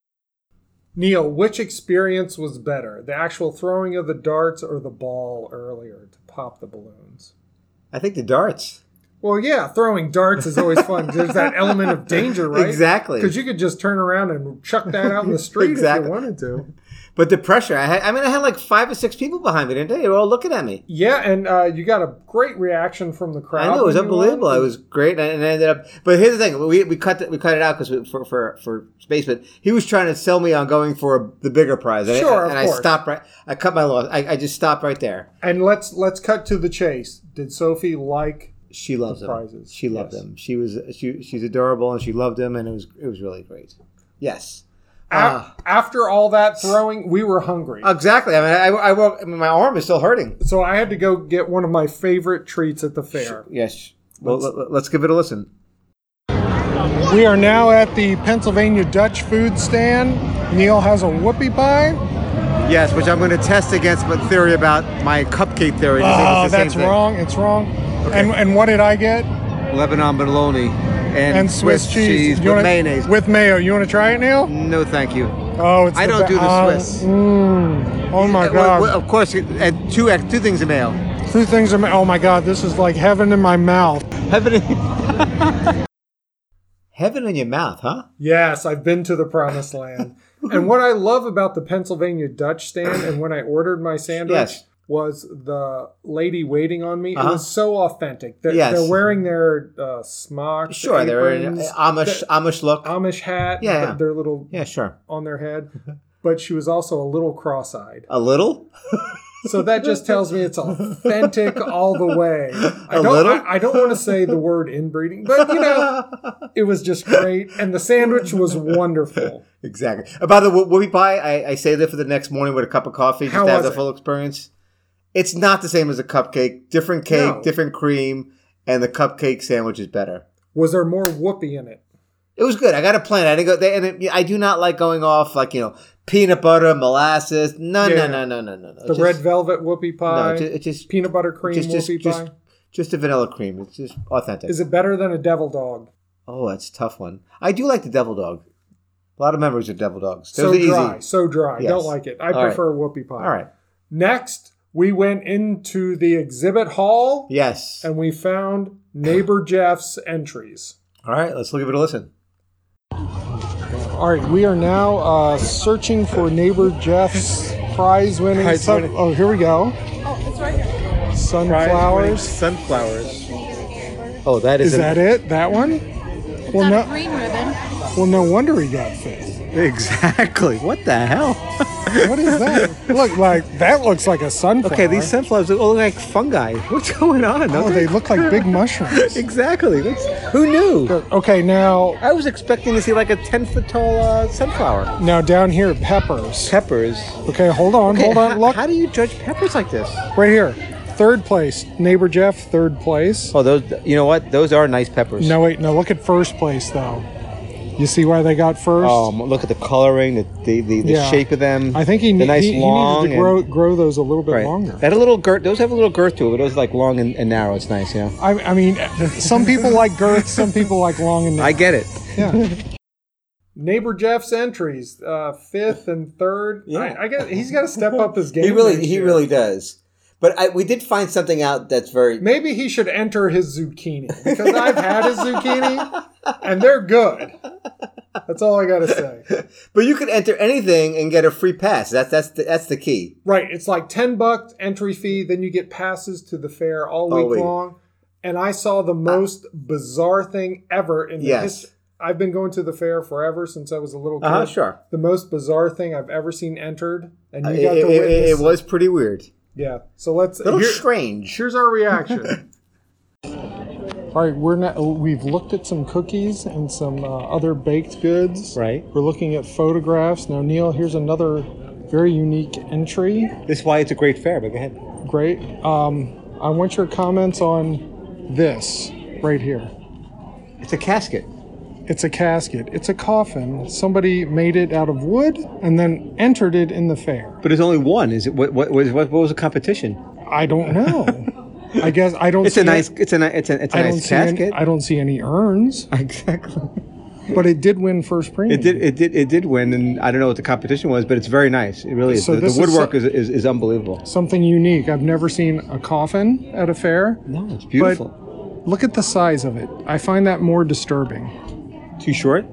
[SPEAKER 1] Neil, which experience was better? The actual throwing of the darts or the ball earlier to pop the balloons?
[SPEAKER 2] I think the darts.
[SPEAKER 1] Well, yeah, throwing darts is always fun. There's that element of danger, right?
[SPEAKER 2] Exactly.
[SPEAKER 1] Because you could just turn around and chuck that out in the street
[SPEAKER 2] Exactly.
[SPEAKER 1] if you wanted to.
[SPEAKER 2] But the pressure. I, had, I mean, I had like five or six people behind me, didn't they? They were all looking at me.
[SPEAKER 1] Yeah, and uh, you got a great reaction from the crowd.
[SPEAKER 2] I know it was
[SPEAKER 1] when you
[SPEAKER 2] unbelievable.
[SPEAKER 1] won.
[SPEAKER 2] It was great, and I ended up. But here's the thing: we, we cut the, we cut it out because for, for for space. But he was trying to sell me on going for the bigger prize. And
[SPEAKER 1] Sure,
[SPEAKER 2] I,
[SPEAKER 1] of
[SPEAKER 2] and I
[SPEAKER 1] course.
[SPEAKER 2] stopped right. I cut my loss. I, I just stopped right there.
[SPEAKER 1] And let's let's cut to the chase. Did Sophie like?
[SPEAKER 2] She loves him.
[SPEAKER 1] prizes,
[SPEAKER 2] She loved
[SPEAKER 1] yes.
[SPEAKER 2] him. She was she she's adorable, and she loved him, and it was it was really great. Yes.
[SPEAKER 1] A- after all that throwing, we were hungry.
[SPEAKER 2] Ah, Exactly. I mean, I, I woke. I mean, my arm is still hurting.
[SPEAKER 1] so I had to go get one of my favorite treats at the fair.
[SPEAKER 2] Yes. Well, let, let's give it a listen.
[SPEAKER 1] We are now at the Pennsylvania Dutch food stand. Neil has a whoopie pie.
[SPEAKER 2] Yes, which I'm going to test against, but theory about my cupcake theory.
[SPEAKER 1] Oh, that's wrong. It's wrong. And, and what did I get?
[SPEAKER 2] Lebanon bologna and,
[SPEAKER 1] And Swiss, cheese, You wanna- With mayo. You want to try it, Neil?
[SPEAKER 2] no, thank you.
[SPEAKER 1] Oh, it's
[SPEAKER 2] I
[SPEAKER 1] the
[SPEAKER 2] don't
[SPEAKER 1] be-
[SPEAKER 2] do the
[SPEAKER 1] oh,
[SPEAKER 2] Swiss.
[SPEAKER 1] mm. oh my
[SPEAKER 2] Uh, well,
[SPEAKER 1] god.
[SPEAKER 2] well, of course, it- and two ex- two things in mail.
[SPEAKER 1] Two things are. Oh my god, this is like heaven in my mouth.
[SPEAKER 2] Heaven. In- Heaven in your mouth, huh?
[SPEAKER 1] Yes, I've been to the promised land. and what I love about the Pennsylvania Dutch stand and when I ordered my sandwich
[SPEAKER 2] Yes.
[SPEAKER 1] was the lady waiting on me. It
[SPEAKER 2] Uh-huh.
[SPEAKER 1] was so authentic. They're,
[SPEAKER 2] Yes.
[SPEAKER 1] they're wearing their uh, smocks,
[SPEAKER 2] Sure, they're in
[SPEAKER 1] aprons,
[SPEAKER 2] Amish
[SPEAKER 1] their
[SPEAKER 2] Amish look.
[SPEAKER 1] Amish hat,
[SPEAKER 2] Yeah,
[SPEAKER 1] with
[SPEAKER 2] yeah.
[SPEAKER 1] their little
[SPEAKER 2] Yeah, sure.
[SPEAKER 1] on their head. But she was also a little cross-eyed.
[SPEAKER 2] A little.
[SPEAKER 1] So that just tells me it's authentic all the way. I
[SPEAKER 2] A
[SPEAKER 1] don't,
[SPEAKER 2] little?
[SPEAKER 1] I, I don't want to say the word inbreeding, but you know, it was just great. And the sandwich was wonderful.
[SPEAKER 2] Exactly. Uh, by the way, whoopie pie, I, I saved it for the next morning with a cup of coffee just
[SPEAKER 1] How
[SPEAKER 2] to have
[SPEAKER 1] was
[SPEAKER 2] the
[SPEAKER 1] it?
[SPEAKER 2] full experience. It's not the same as a cupcake. Different cake,
[SPEAKER 1] No.
[SPEAKER 2] different cream, and the cupcake sandwich is better.
[SPEAKER 1] Was there more whoopee in it?
[SPEAKER 2] It was good. I got a plan. I didn't go there, and it, I do not like going off like you know peanut butter, molasses. No,
[SPEAKER 1] Yeah.
[SPEAKER 2] no, no, no, no, no, no.
[SPEAKER 1] The red velvet whoopie pie,
[SPEAKER 2] No, ju- it just
[SPEAKER 1] peanut butter cream
[SPEAKER 2] just just
[SPEAKER 1] whoopie
[SPEAKER 2] just,
[SPEAKER 1] pie.
[SPEAKER 2] just a vanilla cream. It's just authentic.
[SPEAKER 1] Is it better than a devil dog?
[SPEAKER 2] oh, that's a tough one. I do like the devil dog. A lot of memories of devil dogs.
[SPEAKER 1] so
[SPEAKER 2] Those are easy.
[SPEAKER 1] dry, so dry.
[SPEAKER 2] Yes.
[SPEAKER 1] Don't like it. I
[SPEAKER 2] All right.
[SPEAKER 1] prefer whoopie pie.
[SPEAKER 2] All right.
[SPEAKER 1] Next, we went into the exhibit hall
[SPEAKER 2] Yes.
[SPEAKER 1] and we found neighbor Jeff's entries.
[SPEAKER 2] All right. Let's give it a listen.
[SPEAKER 1] All right, we are now uh, searching for neighbor Jeff's prize winning.
[SPEAKER 2] Prize
[SPEAKER 1] sun-
[SPEAKER 2] winning.
[SPEAKER 1] oh, here we go.
[SPEAKER 7] Oh,
[SPEAKER 1] Sunflowers.
[SPEAKER 2] Sunflowers. Oh, that is,
[SPEAKER 1] Is that it? That one? well, no.
[SPEAKER 7] Green ribbon.
[SPEAKER 1] Well, no wonder he got fifth.
[SPEAKER 2] exactly what the hell?
[SPEAKER 1] What is that? look like that looks like a sunflower.
[SPEAKER 2] Okay, these sunflowers look like fungi. What's going on?
[SPEAKER 1] Oh, they look like big mushrooms.
[SPEAKER 2] Exactly. That's- who knew?
[SPEAKER 1] Okay, now
[SPEAKER 2] I was expecting to see like a 10 foot tall uh, sunflower.
[SPEAKER 1] now down here, peppers.
[SPEAKER 2] Peppers.
[SPEAKER 1] Okay, hold on, hold
[SPEAKER 2] How,
[SPEAKER 1] on. Look
[SPEAKER 2] how do you judge peppers like this?
[SPEAKER 1] right here. Third place, neighbor Jeff. Third place.
[SPEAKER 2] Oh, those. You know what? Those are nice peppers.
[SPEAKER 1] No, wait, no. Look at first place though. You see why they got first?
[SPEAKER 2] Oh, m- look at the coloring, the the, the, the
[SPEAKER 1] Yeah.
[SPEAKER 2] shape of them.
[SPEAKER 1] I think he,
[SPEAKER 2] the
[SPEAKER 1] ne-
[SPEAKER 2] nice
[SPEAKER 1] he, he
[SPEAKER 2] long
[SPEAKER 1] needed to grow,
[SPEAKER 2] and,
[SPEAKER 1] grow those a little bit
[SPEAKER 2] right.
[SPEAKER 1] longer.
[SPEAKER 2] Had a little girth. Those have a little girth to it, but those like long and, and narrow. It's nice, yeah.
[SPEAKER 1] I, I mean, some people like girth, some people like long and
[SPEAKER 2] I get it.
[SPEAKER 1] Neighbor Jeff's entries, uh, fifth and third.
[SPEAKER 8] Yeah.
[SPEAKER 1] I, I guess he's got to step up his game.
[SPEAKER 8] He really,
[SPEAKER 1] next
[SPEAKER 8] he
[SPEAKER 1] year.
[SPEAKER 8] really does. But I, we did find something out that's very.
[SPEAKER 1] Maybe he should enter his zucchini because I've had his zucchini and they're good. That's all I got to say.
[SPEAKER 8] But you could enter anything and get a free pass. That's that's the, that's the key.
[SPEAKER 1] Right, it's like ten bucks entry fee, then you get passes to the fair all week
[SPEAKER 8] All week.
[SPEAKER 1] long. And I saw the most bizarre thing ever in the
[SPEAKER 8] Yes.
[SPEAKER 1] history. I've been going to the fair forever since I was a
[SPEAKER 2] Uh-huh.
[SPEAKER 1] little kid.
[SPEAKER 8] Uh huh. Sure.
[SPEAKER 1] The most bizarre thing I've ever seen entered, and
[SPEAKER 8] Uh,
[SPEAKER 1] you
[SPEAKER 8] It,
[SPEAKER 1] got to
[SPEAKER 8] it-
[SPEAKER 1] witness.
[SPEAKER 8] it- it was pretty weird.
[SPEAKER 1] Yeah. So let's.
[SPEAKER 8] A little
[SPEAKER 1] here-
[SPEAKER 8] strange.
[SPEAKER 1] Here's our reaction. All right, we're not. We've looked at some cookies and some uh, other baked goods.
[SPEAKER 2] Right.
[SPEAKER 1] We're looking at photographs now. Neil, here's another very unique entry.
[SPEAKER 2] This is why it's a great fair. But go ahead.
[SPEAKER 1] Great. Um, I want your comments on this right here.
[SPEAKER 2] It's a casket.
[SPEAKER 1] It's a casket. It's a coffin. Somebody made it out of wood and then entered it in the fair.
[SPEAKER 2] But there's only one. Is it what what what, what was the competition?
[SPEAKER 1] I don't know. I guess I don't.
[SPEAKER 2] It's
[SPEAKER 1] see
[SPEAKER 2] a nice it's a ni- it's a it's a
[SPEAKER 1] I don't
[SPEAKER 2] nice
[SPEAKER 1] see any-
[SPEAKER 2] casket.
[SPEAKER 1] I don't see any urns,
[SPEAKER 2] exactly.
[SPEAKER 1] but it did win first premium.
[SPEAKER 2] It did it did it did win, and I don't know what the competition was, but it's very nice. It really is.
[SPEAKER 1] So
[SPEAKER 2] the, the
[SPEAKER 1] this is
[SPEAKER 2] woodwork
[SPEAKER 1] so-
[SPEAKER 2] is, is is unbelievable.
[SPEAKER 1] something unique. I've never seen a coffin at a fair.
[SPEAKER 2] No, it's beautiful.
[SPEAKER 1] Look at the size of it. I find that more disturbing.
[SPEAKER 2] Too short?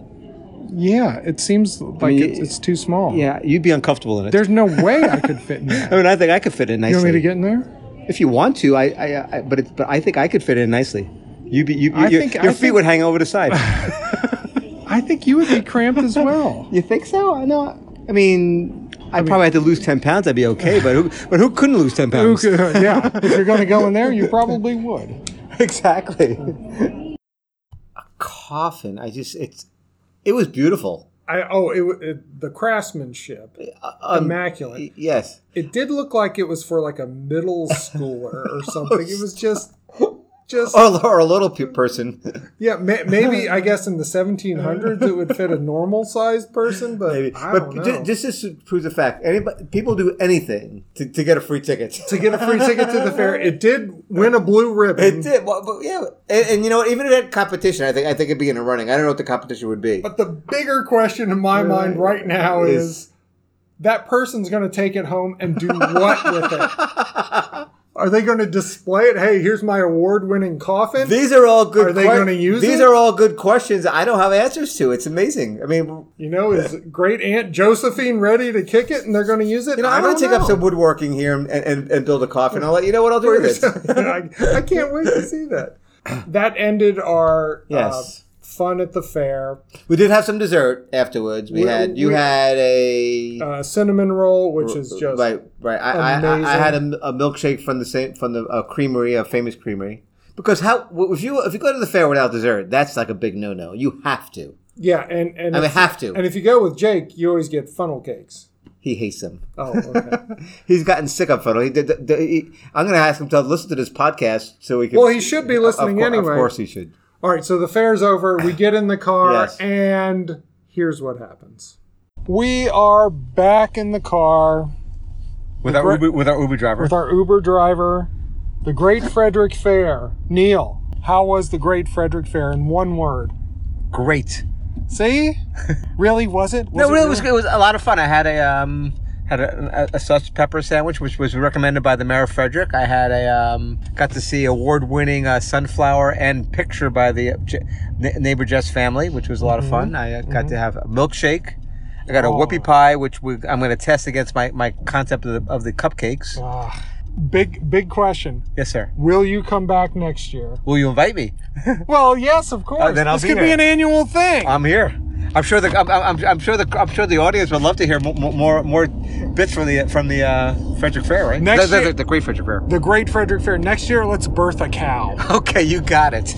[SPEAKER 1] Yeah, it seems like
[SPEAKER 2] mean,
[SPEAKER 1] it's, it's too small.
[SPEAKER 2] Yeah, you'd be uncomfortable in it.
[SPEAKER 1] There's no way I could fit in
[SPEAKER 2] I
[SPEAKER 1] that.
[SPEAKER 2] mean, I think I could fit in nicely.
[SPEAKER 1] You want me to get in there?
[SPEAKER 2] If you want to, I, I, I but it's, but I think I could fit in nicely. You, be, you,
[SPEAKER 1] I
[SPEAKER 2] your,
[SPEAKER 1] think-
[SPEAKER 2] your
[SPEAKER 1] I
[SPEAKER 2] feet
[SPEAKER 1] think-
[SPEAKER 2] would hang over the side.
[SPEAKER 1] I think you would be cramped as well.
[SPEAKER 2] you think so? I know. I mean, I, probably had to lose ten pounds. I'd be okay. But who, but who couldn't lose ten
[SPEAKER 1] Who
[SPEAKER 2] pounds?
[SPEAKER 1] could- yeah, if you're going to go in there, you probably would.
[SPEAKER 2] exactly.
[SPEAKER 8] Coffin. I just it's. It was beautiful.
[SPEAKER 1] I oh, it, it the craftsmanship,
[SPEAKER 2] Uh, um,
[SPEAKER 1] immaculate.
[SPEAKER 8] Y- Yes.
[SPEAKER 1] It did look like it was for like a middle schooler or
[SPEAKER 2] Oh,
[SPEAKER 1] something. It was just, just
[SPEAKER 8] Or, or a little pe- person.
[SPEAKER 1] yeah. May, maybe I guess in the 1700s it would fit a normal sized person, but
[SPEAKER 8] Maybe.
[SPEAKER 1] I
[SPEAKER 8] but
[SPEAKER 1] don't know.
[SPEAKER 8] ju- just to prove the fact, anybody people do anything to, to get a free ticket.
[SPEAKER 1] to get a free ticket to the fair, it did win a blue ribbon.
[SPEAKER 8] It did, well, but yeah, and, and you know what? Even if it had competition, I think I think it'd be in the running. I don't know what the competition would be.
[SPEAKER 1] But the bigger question in my mind right now
[SPEAKER 8] Is-
[SPEAKER 1] is that person's going to take it home and do what with it? Are they going to display it? Hey, here's my award winning coffin.
[SPEAKER 8] These are all good.
[SPEAKER 1] Are they gonna use
[SPEAKER 8] These
[SPEAKER 1] it?
[SPEAKER 8] are all good questions. I don't have answers to. It's amazing. I mean, you
[SPEAKER 1] you know, is great Aunt Josephine ready to kick it and they're going to use it?
[SPEAKER 8] know, I'm
[SPEAKER 1] going
[SPEAKER 8] gonna
[SPEAKER 1] to
[SPEAKER 8] take up some woodworking here and, and, and build a coffin. I'll let you know what I'll do with
[SPEAKER 1] Where's-
[SPEAKER 8] it.
[SPEAKER 1] I, I can't wait to see that. That ended our
[SPEAKER 8] Yes.
[SPEAKER 1] uh, fun at the fair.
[SPEAKER 8] We did have some dessert afterwards. We
[SPEAKER 1] We-
[SPEAKER 8] had you
[SPEAKER 1] we-
[SPEAKER 8] had a
[SPEAKER 1] Uh, cinnamon roll, which is just
[SPEAKER 8] right, right. I, I, I, I
[SPEAKER 1] amazing.
[SPEAKER 8] had a, a milkshake from the same from the uh, creamery, a famous creamery. Because how if you if you go to the fair without dessert, that's like a big no no. You have to.
[SPEAKER 1] yeah, and and
[SPEAKER 8] I mean,
[SPEAKER 1] if-
[SPEAKER 8] have to.
[SPEAKER 1] and if you go with Jake, you always get funnel cakes.
[SPEAKER 8] He hates them.
[SPEAKER 1] Oh, okay.
[SPEAKER 8] He's gotten sick of photo. He did. The, the, he, I'm going to ask him to listen to this podcast so we can.
[SPEAKER 1] Well, he should be
[SPEAKER 8] Of
[SPEAKER 1] listening
[SPEAKER 8] cour-
[SPEAKER 1] anyway.
[SPEAKER 8] Of course, he should.
[SPEAKER 1] All right, so the fair's over. We get in the car,
[SPEAKER 8] Yes.
[SPEAKER 1] and here's what happens. We are back in the car
[SPEAKER 2] With our Uber, with our Uber driver.
[SPEAKER 1] with our Uber driver, the Great Frederick Fair. Neil, how was the Great Frederick Fair in one word?
[SPEAKER 2] Great.
[SPEAKER 1] See? really was it?
[SPEAKER 2] No, really, it was it was a lot of fun. I had a um had a, a, a sausage pepper sandwich, which was recommended by the mayor of Frederick. I had a um got to see award winning uh, sunflower and picture by the uh, J- Na- neighbor Jess family, which was a lot of
[SPEAKER 1] Mm-hmm.
[SPEAKER 2] fun. I uh, got to have a milkshake. I got a
[SPEAKER 1] Oh.
[SPEAKER 2] whoopie pie, which we, I'm going to test against my, my concept of the, of the cupcakes.
[SPEAKER 1] big big question.
[SPEAKER 2] Yes, sir.
[SPEAKER 1] Will you come back next year?
[SPEAKER 2] Will you invite me?
[SPEAKER 1] Well, yes, of course.
[SPEAKER 2] Oh, then I'll
[SPEAKER 1] this
[SPEAKER 2] be
[SPEAKER 1] could be
[SPEAKER 2] there.
[SPEAKER 1] an annual thing.
[SPEAKER 2] I'm here. I'm sure the I'm, I'm, I'm sure the I'm sure the audience would love to hear more more, more bits from the from the uh, Frederick Fair, right?
[SPEAKER 1] Next
[SPEAKER 2] the, the-
[SPEAKER 1] year-
[SPEAKER 2] the Great Frederick Fair.
[SPEAKER 1] the Great Frederick Fair next year. Let's birth a cow.
[SPEAKER 2] Okay, you got it.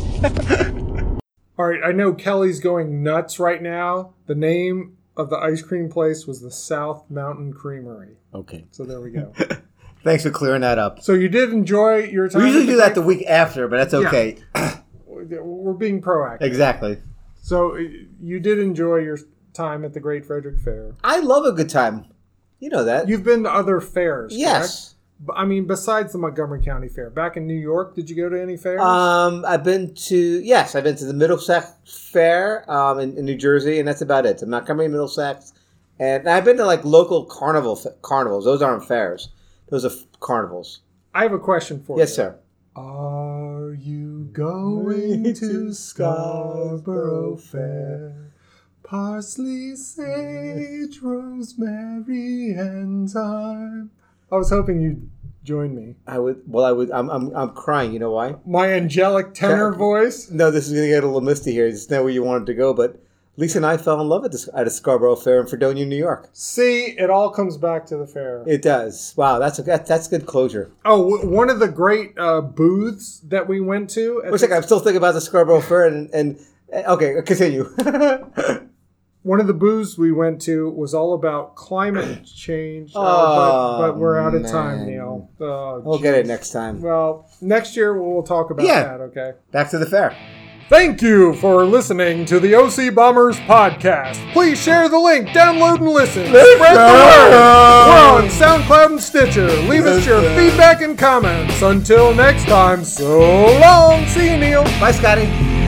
[SPEAKER 1] All right, I know Kelly's going nuts right now. The name of the ice cream place was the South Mountain Creamery.
[SPEAKER 8] Okay.
[SPEAKER 1] So there we go.
[SPEAKER 8] Thanks for clearing that up.
[SPEAKER 1] so you did enjoy your time.
[SPEAKER 8] We usually
[SPEAKER 1] at
[SPEAKER 8] do that the
[SPEAKER 1] Great-
[SPEAKER 8] week after, but that's okay.
[SPEAKER 1] We're being proactive.
[SPEAKER 8] Exactly.
[SPEAKER 1] So uh, you did enjoy your time at the Great Frederick Fair.
[SPEAKER 2] I love a good time. You know that.
[SPEAKER 1] You've been to other fairs,
[SPEAKER 2] yes.
[SPEAKER 1] correct? B- I mean, besides the Montgomery County Fair, back in New York, did you go to any fairs?
[SPEAKER 2] Um, I've been to yes, I've been to the Middlesex Fair um, in, in New Jersey, and that's about it. To Montgomery, Middlesex, and I've been to like local carnival carnivals. Those aren't fairs; those are f- carnivals.
[SPEAKER 1] I have a question for
[SPEAKER 2] Yes,
[SPEAKER 1] you.
[SPEAKER 2] sir.
[SPEAKER 1] Are you going to Scarborough Fair? Parsley, sage, rosemary, and thyme. I was hoping you'd join me.
[SPEAKER 2] I would. Well, I would. I'm. I'm, I'm crying. You know why?
[SPEAKER 1] My angelic tenor
[SPEAKER 2] That-
[SPEAKER 1] voice.
[SPEAKER 2] No, this is gonna get a little misty here. It's not where you wanted to go, but Lisa and I fell in love at, this, at a Scarborough Fair in Fredonia, New York.
[SPEAKER 1] See, it all comes back to the fair.
[SPEAKER 2] It does. Wow, that's a that, that's good closure.
[SPEAKER 1] Oh, w- one of the great uh, booths that we went to. at
[SPEAKER 2] Wait a
[SPEAKER 1] the-
[SPEAKER 2] second. I'm still thinking about the Scarborough Fair, and, and eh, okay, continue.
[SPEAKER 1] one of the booths we went to was all about climate change. Oh,
[SPEAKER 2] Oh,
[SPEAKER 1] but, but we're out of time,
[SPEAKER 2] man.
[SPEAKER 1] Neil. Oh,
[SPEAKER 2] we'll get it
[SPEAKER 1] jeez.
[SPEAKER 2] next time.
[SPEAKER 1] Well, next year we'll talk about
[SPEAKER 2] Yeah.
[SPEAKER 1] that, okay?
[SPEAKER 2] Back to the fair.
[SPEAKER 1] Thank you for listening to the OC Bombers podcast. Please share the link, download and listen. Spread the word. We're on SoundCloud and Stitcher. Leave us your feedback and comments. Until next time, so long. See you, Neil.
[SPEAKER 2] Bye, Scotty.